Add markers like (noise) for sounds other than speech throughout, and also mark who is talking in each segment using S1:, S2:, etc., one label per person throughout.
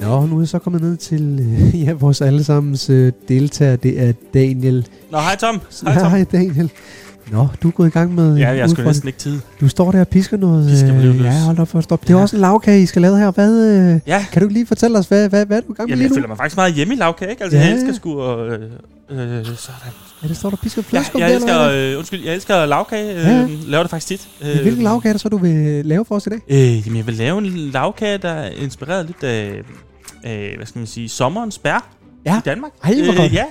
S1: Nå, nu er jeg så kommet ned til øh, (laughs) ja, vores allesammens øh, deltager. Det er Daniel.
S2: Nå, hej Tom. Hej Tom.
S1: Hej, Daniel. Nå, du er gået i gang med...
S2: Ja, jeg skulle
S1: udfordringen.
S2: næsten ikke tid.
S1: Du står der og pisker noget.
S2: Pisker
S1: øh,
S2: olivenost.
S1: ja, hold op for at stoppe. Det er
S2: Ja.
S1: også en lavkage, I skal lave her. Hvad, øh,
S2: Ja,
S1: kan du ikke lige fortælle os, hvad, hvad, hvad er du i gang med
S2: Jamen,
S1: lige
S2: jeg
S1: nu?
S2: føler mig faktisk meget hjemme i lavkage, ikke? Altså,
S1: Ja.
S2: ja. jeg elsker sgu og... Øh, øh, sådan.
S1: Er det står der og pisker
S2: Jeg,
S1: flødeskum?
S2: jeg
S1: der, eller
S2: elsker,
S1: hvad?
S2: øh, undskyld, jeg elsker lavkage. Øh,
S1: Ja.
S2: ja. Laver det faktisk tit. Øh,
S1: Men Hvilken lavkage er det så, du vil lave for os i dag?
S2: Øh, jamen, jeg vil lave en lavkage, der er inspireret lidt af... Øh, hvad skal man sige? Sommerens bær
S1: Ja.
S2: i Danmark.
S1: Ej, hvor godt.
S2: ja.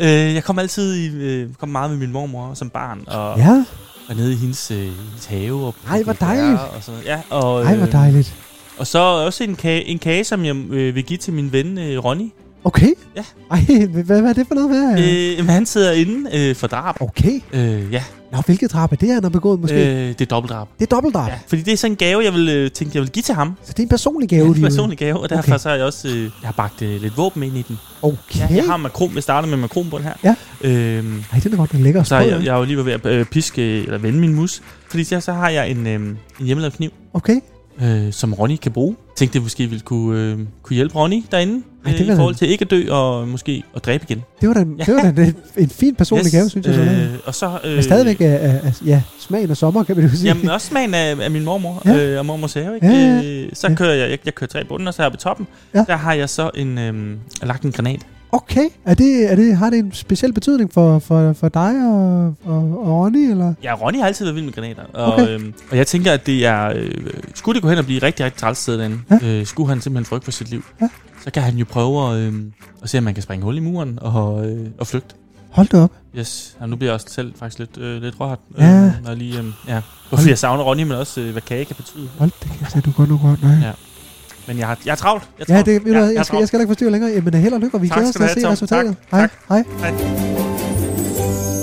S2: Øh, jeg kom altid i, øh, kom meget med min mormor som barn, og, ja.
S1: Ja,
S2: og nede i hendes, øh, hendes have. Og
S1: Ej, hvor dejligt.
S2: Og sådan, noget. ja, og,
S1: ej, hvor
S2: øh,
S1: dejligt.
S2: Og så også en kage, en kage som jeg øh, vil give til min ven øh, Ronny.
S1: Okay.
S2: Ja.
S1: Ej, hvad, hvad er det for noget? Hvad?
S2: Øh,
S1: er-
S2: jamen, han sidder inde øh, for drab.
S1: Okay.
S2: Øh, ja,
S1: Nå, hvilket drab er det, han har begået måske? Øh.
S2: øh, det er dobbeltdrab.
S1: Det er dobbeltdrab.
S2: Ja, fordi det er sådan en gave, jeg vil øh, tænke, jeg vil give til ham.
S1: Så det er en personlig gave,
S2: det er en
S1: de-
S2: personlig gave, og derfor
S1: Okay.
S2: så har jeg også øh, jeg har bagt øh, lidt våben ind i den.
S1: Okay.
S2: Ja, jeg har makrom, jeg starter med makrombund her.
S1: Ja.
S2: Øhm,
S1: Ej, den er godt nok lækker.
S2: så er jeg, jeg er jo lige ved at øh, piske, øh, eller vende min mus. Fordi så, så har jeg en, øh, en hjemmelavet kniv,
S1: Okay.
S2: øh, som Ronny kan bruge. Jeg tænkte, det måske ville kunne, øh, kunne hjælpe Ronny derinde.
S1: Ej, det
S2: øh,
S1: var
S2: I
S1: da-
S2: forhold til ikke at dø og måske at dræbe igen.
S1: Det var da, det var da en, en fin personlig yes, gave, synes jeg. Øh,
S2: Øh, og så, øh,
S1: Men stadigvæk er, er, er, ja, smagen af sommer, kan man jo sige.
S2: Jamen også smagen af, af min mormor
S1: Ja.
S2: ja. øh, og mormors have. Ikke?
S1: Ja, ja,
S2: Øh, så
S1: Ja.
S2: kører jeg, jeg, jeg kører tre bunden, og så her på toppen,
S1: Ja.
S2: ja. der har jeg så en, øh, lagt en granat.
S1: Okay. Er det, er det, har det en speciel betydning for, for, for dig og, og, og Ronny? Eller?
S2: Ja, Ronny har altid været vild med granater. Og,
S1: Okay.
S2: okay. øhm, og jeg tænker, at det er... Øh, skulle det gå hen og blive rigtig, rigtig træls sted derinde,
S1: Ja.
S2: ja. øh, skulle han simpelthen frygte for sit liv,
S1: Ja.
S2: så kan han jo prøve at, øh, at se, om man kan springe hul i muren og, øh, og flygte.
S1: Hold da op.
S2: Yes, og nu bliver jeg også selv faktisk lidt, øh, lidt rørt.
S1: Ja.
S2: Øh, når jeg lige, øh, ja. Fordi jeg savner Ronny, men også øh, hvad kage kan betyde.
S1: Hold da kæft, ja, du går nu godt. Nej.
S2: Ja. Men jeg har, jeg er travlt. Jeg er
S1: Ja,
S2: travlt.
S1: det, ved du,
S2: jeg,
S1: hvad, jeg, skal, jeg skal heller ikke forstyrre længere. Jamen, held og lykke, og vi
S2: Tak
S1: glæder os
S2: skal
S1: til
S2: du
S1: at
S2: have,
S1: se
S2: Tom.
S1: resultatet.
S2: Tak.
S1: Hej.
S2: Tak.
S1: Hej.
S2: Hej.